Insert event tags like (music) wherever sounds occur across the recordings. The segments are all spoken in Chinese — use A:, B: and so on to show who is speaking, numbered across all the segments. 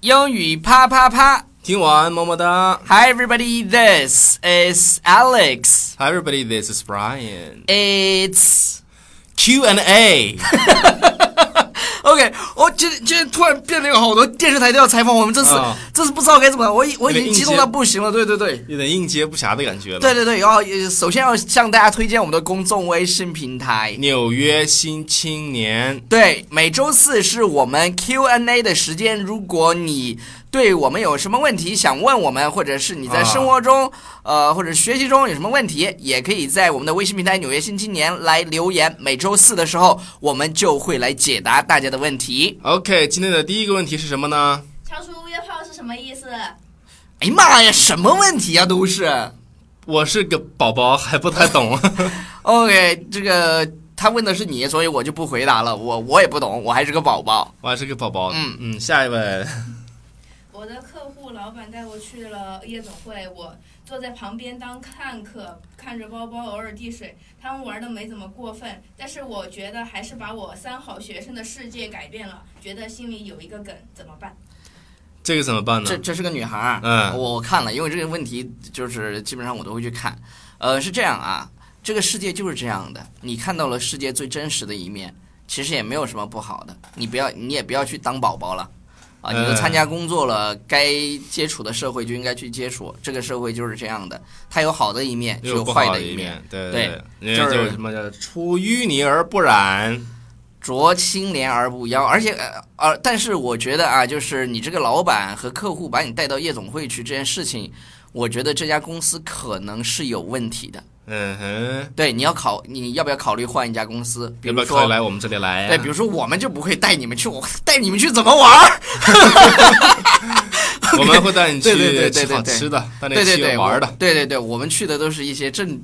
A: 英语啪啪啪
B: 听完么么哒。
A: ！Hi everybody, this is Alex.
B: Hi everybody, this is Brian.
A: It's
B: Q and A，
A: OK，我今天今天突然变得有好多电视台都要采访我们，这次、
B: 啊
A: 这次不知道该怎么了，我已我已
B: 有
A: 经
B: 点
A: 激动
B: 应接
A: 到不行了，对对对。
B: 有点应接不暇的感觉了。
A: 对对对，然后也首先要向大家推荐我们的公众微信平台。
B: 纽约新青年，
A: 对，每周四是我们 Q&A 的时间。如果你对我们有什么问题想问我们，或者是你在
B: 啊
A: 生活中，呃，或者学习中有什么问题，也可以在我们的微信平台《纽约新青年》来留言。每周四的时候，我们就会来解答大家的问题。
B: OK，今天的第一个问题是什么呢？
C: 敲出约炮是什么意思？
A: 哎呀妈呀，什么问题啊，都是。
B: 我是个宝宝，还不
A: (laughs)
B: 太懂。
A: OK，这哦哎个他问的是你，所以我就不回答了。我我也不懂，我还是个宝宝。
B: 我还是个宝宝。
A: 嗯
B: 嗯，下一位。
C: 我的客户老板带我去了夜总会，我坐在旁边当看客，看着包包偶尔递水。他们玩的没怎么过分，但是我觉得还是把我三好学生的世界改变了，觉得心里有一个梗，怎么办？
B: 这个怎么办呢
A: 这？这是个女孩儿，
B: 嗯
A: 我我看了，因为这个问题就是基本上我都会去看，呃，是这样啊，这个世界就是这样的，你看到了世界最真实的一面，其实也没有什么不好的，你不要你也不要去当宝宝了。啊，你都
B: 嗯
A: 参加工作了，该接触的社会就应该去接触。这个社会就是这样的，它有好的一面，就
B: 又有
A: 有
B: 不
A: 坏
B: 好
A: 的
B: 的一
A: 面。
B: 面，对
A: 对
B: 对，
A: 就是
B: 人家就什么叫出淤泥而不染。
A: 濯清涟而不妖，而且呃，而但是我觉得啊，就是你这个老板和客户把你带到夜总会去这件事情，我觉得这家公司可能是有问题的。
B: 嗯哼，
A: 对，你要考，你要不要考虑换一家公司？比
B: 要不
A: 如
B: 要考
A: 说，
B: 虑来我嗯们这里来呀、啊
A: 对，比如说我们就不会带你们去，我带你们去怎么玩儿？
B: 我们会带你去
A: (laughs) 对对对对对
B: 吃好
A: 对
B: 吃的，带你
A: 对对
B: 去
A: 对，
B: 玩
A: 我
B: 的。
A: 对对对，我们去的都是一些正，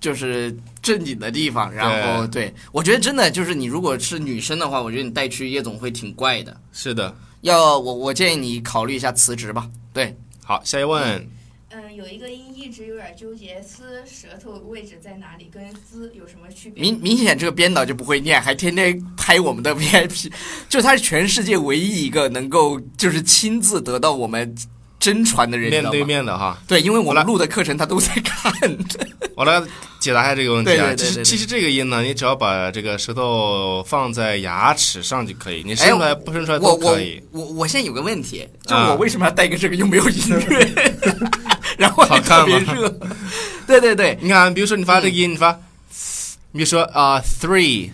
A: 就是正经的地方。然后，对我觉得真的就是你如果是女生的话，我觉得你带去夜总会挺怪的。
B: 是的，
A: 要我，我建议你考虑一下辞职吧。对，
B: 好，下一问，
C: 嗯，有一个音一直有点纠结，撕舌头位置在哪里，跟滋有什么区别？
A: 明明显这个编导就不会念，还天天拍我们的 (laughs) VIP，就他是全世界唯一一个能够就是亲自得到我们真传的人，你知
B: 面
A: 道
B: 对
A: 吗？
B: 面的哈， (laughs)
A: 对，因为我
B: 好了
A: 们录的课程他都在看。
B: (laughs) 我来解答一下这个问题啊。
A: 对对对对对
B: 其实其实这个音呢，你只要把这个舌头放在牙齿上就可以，你伸出来、不伸出来
A: 哎我
B: 都
A: 我
B: 可以。
A: 我我现在有个问题，就
B: 啊
A: 我为什么要带个这个又没有音乐，
B: (laughs)
A: 然后还
B: 好看
A: 特别
B: 吗
A: 热？对对对，
B: 你看，比如说你发
A: 嗯
B: 这个音，你发，你比如说啊、three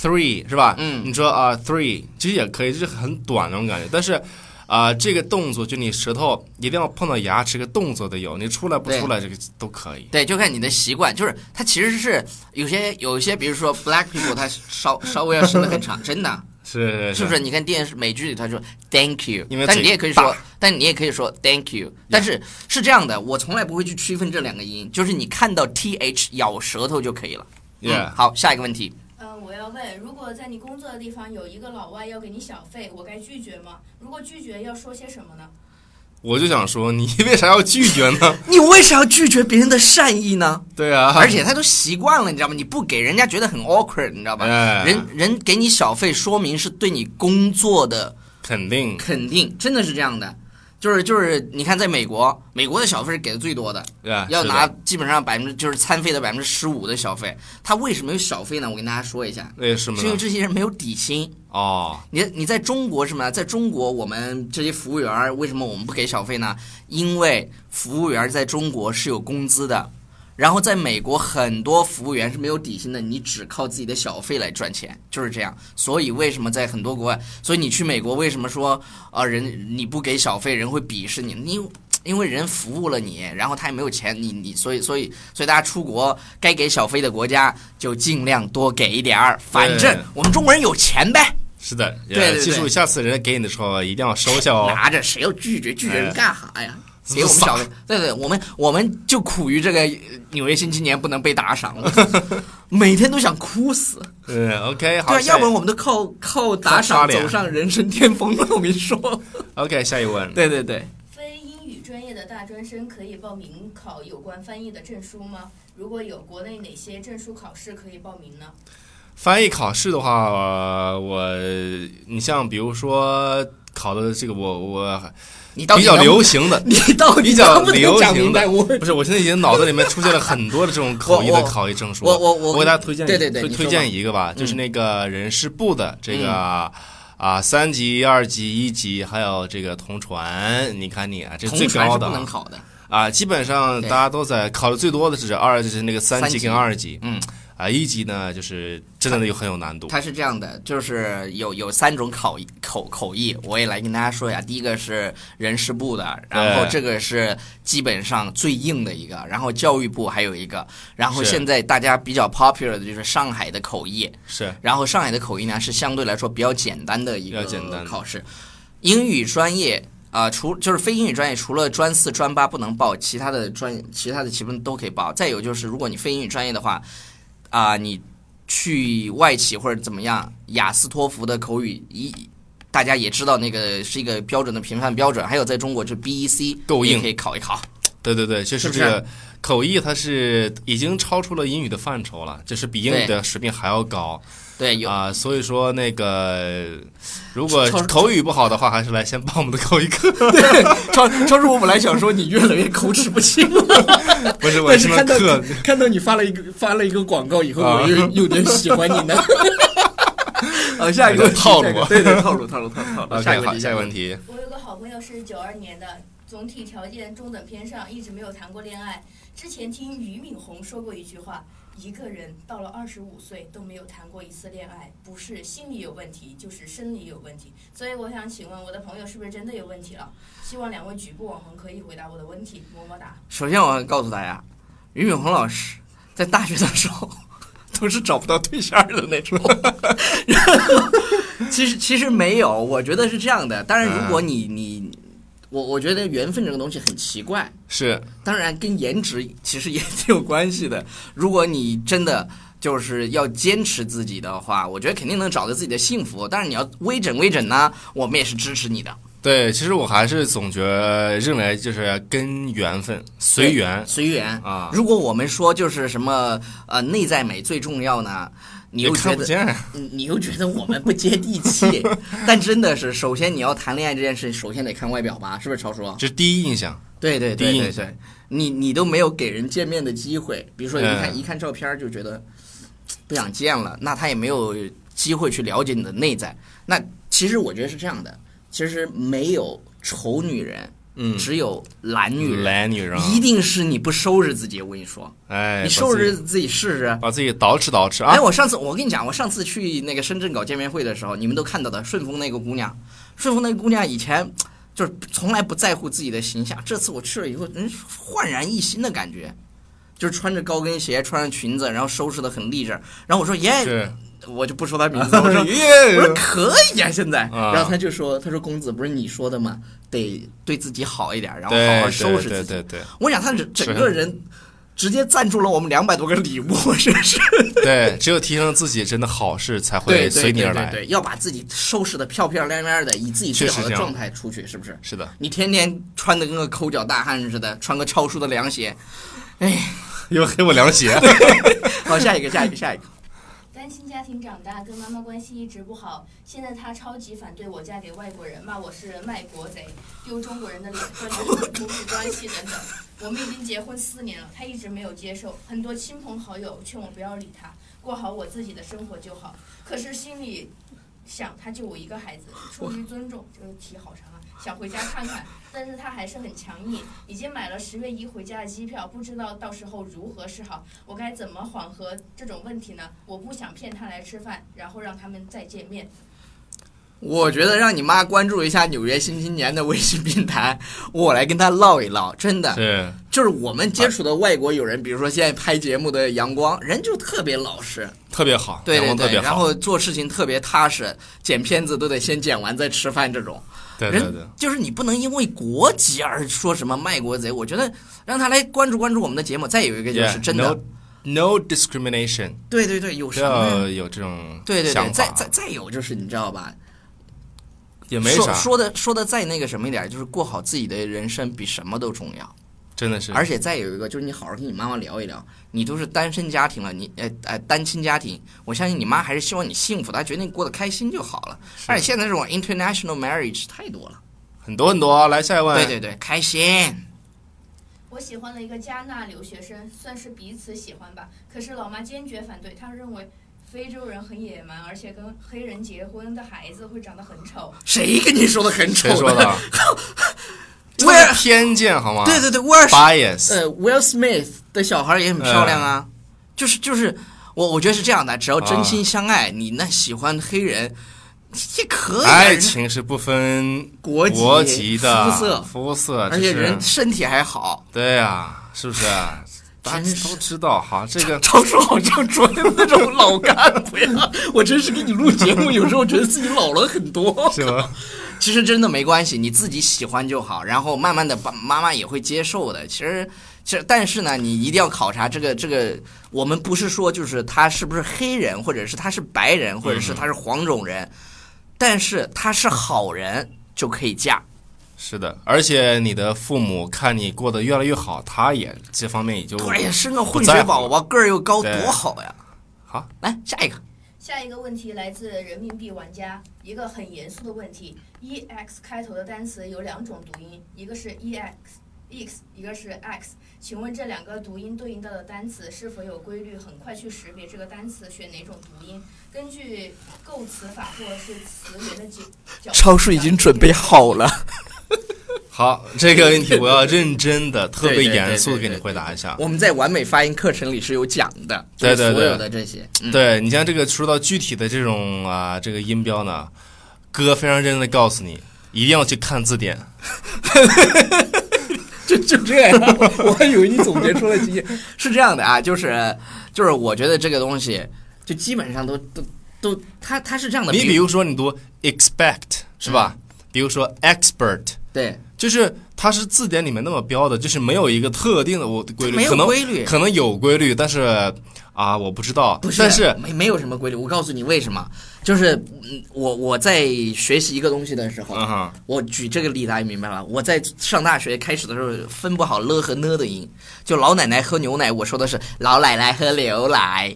B: three 是吧？
A: 嗯
B: 你说啊、three 其实也可以，就是很短那种感觉，但是。啊、这个动作就你舌头一定要碰到牙齿，这个动作得有，你出来不
A: 对
B: 出来这个都可以。
A: 对，就看你的习惯，就是它其实是有些有些，比如说 Black People，它稍稍微要伸的很长，真的。
B: (laughs) 是
A: 是不是？你看电视美剧里他说 thank you，
B: 因为
A: 但
B: 嘴
A: 你也可以
B: 大
A: 说，但你也可以说 thank you。但是是这样的，我从来不会去区分这两个音，就是你看到 th 咬舌头就可以了。嗯，
B: Yeah，
A: 好，下一个问题，
C: 嗯，我要问，如果在你工作的地方有一个老外要给你小费，我该拒绝吗？如果拒绝，要说些什么呢？
B: 我就想说，你为啥要拒绝呢？ (laughs)
A: 你为啥要拒绝别人的善意呢？
B: 对啊，
A: 而且他都习惯了，你知道吗？你不给人家觉得很 awkward，你知道吧？
B: 哎
A: 人人给你小费，说明是对你工作的
B: 肯定
A: 肯定，真的是这样的。就是就是，你看，在美国，美国的小费是给的最多的，
B: 啊，
A: 要
B: 是的
A: 拿基本上百分之就是餐费的百分之十五的小费。他为什么有小费呢？我跟大家说一下，
B: 那什么
A: 是因为这些人没有底薪。
B: 哦，
A: 你你在中国是什么？在中国，我们这些服务员儿为什么我们不给小费呢？因为服务员儿在中国是有工资的，然后在美国很多服务员是没有底薪的，你只靠自己的小费来赚钱，就是这样。所以为什么在很多国外，所以你去美国为什么说啊、人你不给小费，人会鄙视你？你因为人服务了你，然后他也没有钱，你你所以所以所以大家出国该给小费的国家就尽量多给一点儿，反正我们中国人有钱呗。
B: 是的，
A: 对对
B: 呃
A: 对
B: 记住，下次人家给你的时候一定要收下哦。
A: 拿着，谁要拒绝？拒绝人干哈呀？
B: 哎
A: 给我们小
B: (laughs)
A: 费，对对，我们我们就苦于这个呃纽约新青年不能被打赏了，
B: (laughs)
A: 每天都想哭死。
B: 嗯，OK，好，
A: 对啊，
B: 下
A: 要
B: 一
A: 不然我们都靠靠打
B: 刷
A: 赏
B: 脸
A: 走上人生巅峰了。我跟你说，
B: OK 下一问，
A: 对对对，
C: 非英语专业的大专生可以报名考有关翻译的证书吗？如果有，国内哪些证书考试可以报名呢？
B: 翻译考试的话，呃我你像比如说考的这个我我
A: 你到底
B: 比较
A: 能
B: 流
A: (laughs)
B: 行的，
A: 你到底
B: 比较
A: 能不能
B: 流
A: 讲
B: 行
A: 明白
B: 的
A: 我
B: 不是，我现在已经脑子里面出现了很多的这种口译
A: 我
B: 的
A: 我
B: 考译证书。
A: 我我我
B: 我给大家推荐一
A: 对
B: 个，
A: 对对
B: 推
A: 你
B: 推
A: 说吧嗯
B: 荐一个吧，就是那个人事部的这个啊三级、二级、一级，还有这个同传，你看你啊，这最
A: 同传
B: 高
A: 是
B: 的
A: 不能
B: 啊
A: 考的，
B: 啊，基本上
A: 对
B: 大家都在考的最多的是这二就是那个三
A: 三
B: 级
A: 级
B: 跟二级
A: 嗯，
B: 啊，一级呢就是真的有很有难度。
A: 它是这样的，就是有有三种口译口口译，我也来跟大家说一下。第一个是人事部的，然后
B: 对
A: 这个是基本上最硬的一个，然后教育部还有一个，然后
B: 是
A: 现在大家比较 popular 的就是上海的口译，
B: 是
A: 然后上海的口译呢是相对来说比较简单的一个
B: 比较简单的
A: 考试。英语专业啊、除就是非英语专业，呃除了专四、专八不能报，其他的专其他的题目都可以报。再有就是，如果你非英语专业的话，啊、你去外企或者怎么样，雅思、托福的口语一。大家也知道，那个是一个标准的评判标准，还有在中国就 BEC
B: 够硬
A: 也可以考一考。
B: 对对对，就
A: 是
B: 是
A: 不
B: 这
A: 是
B: 个口译，它是已经超出了英语的范畴了，就是比英语
A: 对
B: 的水平还要高。
A: 对，有
B: 啊、所以说那个，如果
A: 超
B: 口语不好的话，还是来先报我们的口语课。
A: (laughs) 超超叔，我本来想说你越来越口齿不清了。
B: 不
A: (laughs)
B: 是， (laughs) 我
A: 但
B: 是
A: 是
B: 说
A: 看到
B: 课，
A: 看到你发了一个发了一个广告以后，
B: 啊
A: 我又有点喜欢你呢。呃，下一个问题
B: 套路
A: 下一个对对套路套路套路套路。下一个
B: OK，好，
A: 问题
B: 下一个问
A: 题。
B: 题，
C: 我有个好朋友是九二年的，总体条件中等偏上，一直没有谈过恋爱。之前听俞敏洪说过一句话：一个人到了二十五岁都没有谈过一次恋爱，不是心理有问题，就是生理有问题。所以我想请问我的朋友是不是真的有问题了？希望两位局部网红可以回答我的问题，么么哒。
A: 首先，我要告诉大家，俞敏洪老师在大学的时候都是找不到对象的那种。其实其实没有，我觉得是这样的。当然，如果你你我我觉得缘分这个东西很奇怪。
B: 是
A: 当然，跟颜值其实也挺有关系的。如果你真的就是要坚持自己的话，我觉得肯定能找到自己的幸福。但是你要微整微整呢，我们也是支持你的。
B: 对。其实我还是总觉得认为就是跟缘分随缘
A: 随缘。
B: 啊，
A: 如果我们说就是什么呃内在美最重要呢，你
B: 也
A: 又觉
B: 哎看不
A: 得
B: 见。
A: 你你又觉得我们不接地
B: (laughs)
A: 气，但真的是，首先你要谈恋爱这件事，首先得看外表吧，是不是超叔？
B: 这是第一印象，
A: 对对对
B: 第一
A: 对
B: 印象
A: 对，你你都没有给人见面的机会，比如说一看、
B: 嗯
A: 一看照片儿就觉得嘖不想见了，那他也没有机会去了解你的内在。那其实我觉得是这样的，其实没有丑女人，
B: 嗯，
A: 只有懒女人。
B: 懒女人，
A: 一定是你不收拾自己，我跟你说，
B: 哎，啊
A: 你
B: 把
A: 收
B: 自
A: 拾
B: 己，
A: 自己试试。
B: 把自己捯饬捯饬
A: 哎，
B: 啊，
A: 我上次我跟你讲，我上次去那个深圳搞见面会的时候，你们都看到的，顺丰那个姑娘，顺丰那个姑娘以前就是从来不在乎自己的形象，这次我去了以后，人焕然一新的感觉，就是穿着高跟鞋，穿着裙子，然后收拾的很立正，然后我说耶，
B: 是，哎
A: 我就不说她名哎字，我
B: (laughs)
A: 说
B: 耶
A: 我说可以呀、现在，
B: 啊
A: 然后她就说，她说公子不是你说的吗？得对自己好一点，然后
B: 对
A: 好好收拾
B: 对
A: 自己。
B: 对对
A: 我想她整整
B: 是
A: 个人直接赞助了我们两百多个礼物， (laughs) 真是。
B: 对对，只有提升自己，真的好事才
A: 对
B: 会随你而来。
A: 对对对对，要把自己收拾的漂漂亮亮的，以自己最好
B: 确实
A: 的
B: 这样
A: 状态出去，是不是？
B: 是的，
A: 你天天穿的跟个抠脚大汉似的，穿个超舒的凉鞋。
B: 又黑我凉 (laughs) 鞋。
A: 好，下一个，下一个，下一个。
C: 单亲家庭长大，跟妈妈关系一直不好。现在她超级反对我嫁给外国人，骂我是卖国贼，丢中国人的脸，断绝母子关系等等。我们已经结婚四年了，她一直没有接受。很多亲朋好友劝我不要理她，过好我自己的生活就好。可是心里想，她就我一个孩子，出于尊重，这个题好长啊，想回家看看。但是她还是很强硬，已经买了十月一回家的机票，不知道到时候如何是好。我该怎么缓和这种问题呢？我不想骗他来吃饭，然后让他们再见面。
A: 我觉得让你妈关注一下纽约新青年的微信平台，我来跟她唠一唠。真的，
B: 是，
A: 就是我们接触的外国友人，比如说现在拍节目的阳光，人就特别老实，
B: 特别好，
A: 对
B: 阳
A: 对
B: 光特
A: 对，
B: 别
A: 然
B: 好，
A: 后做事情特别踏实，剪片子都得先剪完再吃饭这种。
B: 对对对
A: 人，就是你不能因为国籍而说什么卖国贼。我觉得让他来关注关注我们的节目。再有一个就是
B: Yeah，
A: 真的
B: no-，，no discrimination，
A: 对对对，有
B: 不
A: 什么
B: 要？有这种
A: 对对对，
B: 想法
A: 再再再有就是你知道吧？
B: 也没
A: 说
B: 啥，
A: 说的说的再那个什么一点，就是过好自己的人生比什么都重要。
B: 真的是，
A: 而且再有一个就是你好好跟你妈妈聊一聊，你都是单身家庭了，你呃呃单亲家庭，我相信你妈还是希望你幸福的，她觉得你过得开心就好了。而且现在这种 international marriage 太多了，
B: 很多很多啊。来下一位，
A: 对对对，开心。
C: 我喜欢了一个加纳留学生，算是彼此喜欢吧。可是老妈坚决反对，她认为非洲人很野蛮，而且跟黑人结婚的孩子会长得很丑。
A: 谁跟你说的很丑
B: 谁说
A: (laughs)
B: 的？这
A: 威尔
B: 是偏见好吗？
A: 对对对，威尔史
B: bias，
A: 呃 Will Smith 的小孩也很漂亮
B: 嗯
A: 啊，就是就是我我觉得是这样的，只要
B: 啊
A: 真心相爱，你那喜欢黑人也 (laughs) 可以、啊，
B: 爱
A: 人
B: 情是不分
A: 国籍
B: 哎国籍的
A: 肤色，
B: 肤色，
A: 而且
B: 这是
A: 人身体还好，
B: 对呀，是不是啊？大
A: 真
B: 家
A: 是
B: 都知道哈，这个
A: 超叔好像着那种老干部呀！ (laughs) 我真是给你录节目，有时候觉得自己老了很多。 (laughs)
B: 是吧？
A: 其实真的没关系，你自己喜欢就好，然后慢慢的爸妈妈也会接受的。其实，其实但是呢，你一定要考察这个这个，我们不是说就是他是不是黑人，或者是他是白人，或者
B: 嗯
A: 是他是黄种人，但是他是好人就可以嫁。
B: 是的，而且你的父母看你过得越来越好，他也这方面也就
A: 对呀，生个混
B: 不在
A: 血
B: 乎
A: 宝宝，个儿又高，
B: 对
A: 多好呀！
B: 好，
A: 来下一个。
C: 下一个问题来自人民币玩家，一个很严肃的问题：e x 开头的单词有两种读音，一个是 e x x，一个是 x。请问这两个读音对应到的单词是否有规律？很快去识别这个单词选哪种读音，根据构词法或者是词源的角角。
A: 超叔已经准备好了。
B: 好，这个问题我要认真
A: (laughs)
B: 的、特别
A: 对对
B: 严肃的
A: 对
B: 给你
A: 对
B: 回答一下。
A: 我们在完美发音课程里是有讲的，就是
B: 对对对
A: 所有的这些，嗯，
B: 对你像这个说到具体的这种啊，这个音标呢，哥非常认真的告诉你，一定要去看字典。
A: 就 (laughs) 就这样。我 (laughs) 还以为你总结出了经验，是这样的啊，就是就是，我觉得这个东西就基本上都都都，它它是这样的，
B: 你比如嗯说你读 expect 是
A: 嗯
B: 吧？比如说 expert，
A: 对，
B: 就是它是字典里面那么标的，就是没有一个特定的我规
A: 没
B: 律，
A: 有
B: 可能
A: 规律
B: 可能有规律，但是啊我不知道
A: 不，是，
B: 但是
A: 没没有什么规律。我告诉你为什么，就是嗯，我我在学习一个东西的时候，
B: 嗯哼，
A: 我举这个例大家明白了。我在上大学开始的时候分不好了和呢的音，就老奶奶喝牛奶，我说的是老奶奶喝牛奶。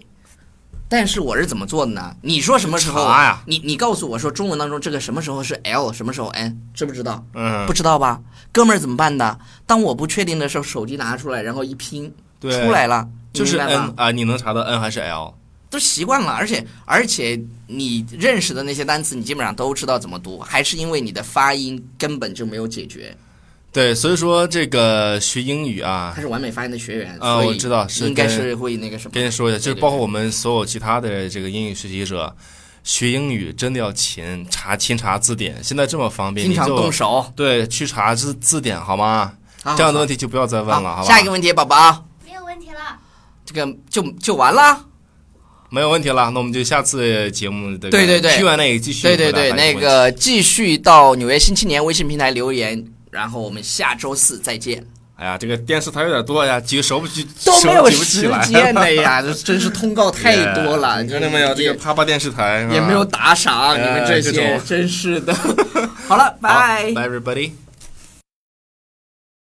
A: 但是我是怎么做的呢？你说什么时候？
B: 查呀
A: 你你告诉我说中文当中这个什么时候是 L，什么时候 N，知不知道？
B: 嗯
A: 不，知道吧？哥们儿怎么办的？当我不确定的时候，手机拿出来，然后一拼，
B: 对，
A: 出来了，你
B: 就是
A: 明白吗
B: n 啊，你能查到 n 还是 l？
A: 都习惯了，而且而且你认识的那些单词，你基本上都知道怎么读，还是因为你的发音根本就没有解决。
B: 对，所以说这个学英语啊
A: 他，是完美发音的学员
B: 啊
A: 所以
B: 我知道是
A: 应该
B: 跟
A: 是会那个什么。
B: 跟你说一下，就
A: 对
B: 是
A: 对
B: 包括我们所有其他的这个英语学习者，学英语真的要勤查勤查字典，现在这么方便，
A: 经常
B: 你就
A: 动手。啊
B: 对去查字字典好吗？
A: 好
B: 这样的问题就不要再问
A: 好
B: 了，好吧？
A: 下一个问题，宝宝，
C: 没有问题了。
A: 这个就就完了。
B: 没有问题了，那我们就下次节目的
A: 对对对
B: Q&A 继续
A: 对对对，
B: 回答大家
A: 那
B: 的问题
A: 个继续到纽约新青年微信平台留言，然后我们下周四再见。
B: 哎呀，这个电视台有点多呀，举手不举
A: 都没有
B: 手举不
A: 时
B: 起来
A: 间的 (laughs)
B: (laughs)
A: 呀，这真是通告太多了。
B: 你看到没有？这个
A: 也
B: 啪啪电视台
A: 也没有打赏，
B: 哎
A: 你们这
B: 这
A: 些
B: 种
A: 真是的。好了， (laughs)
B: 拜。Bye everybody。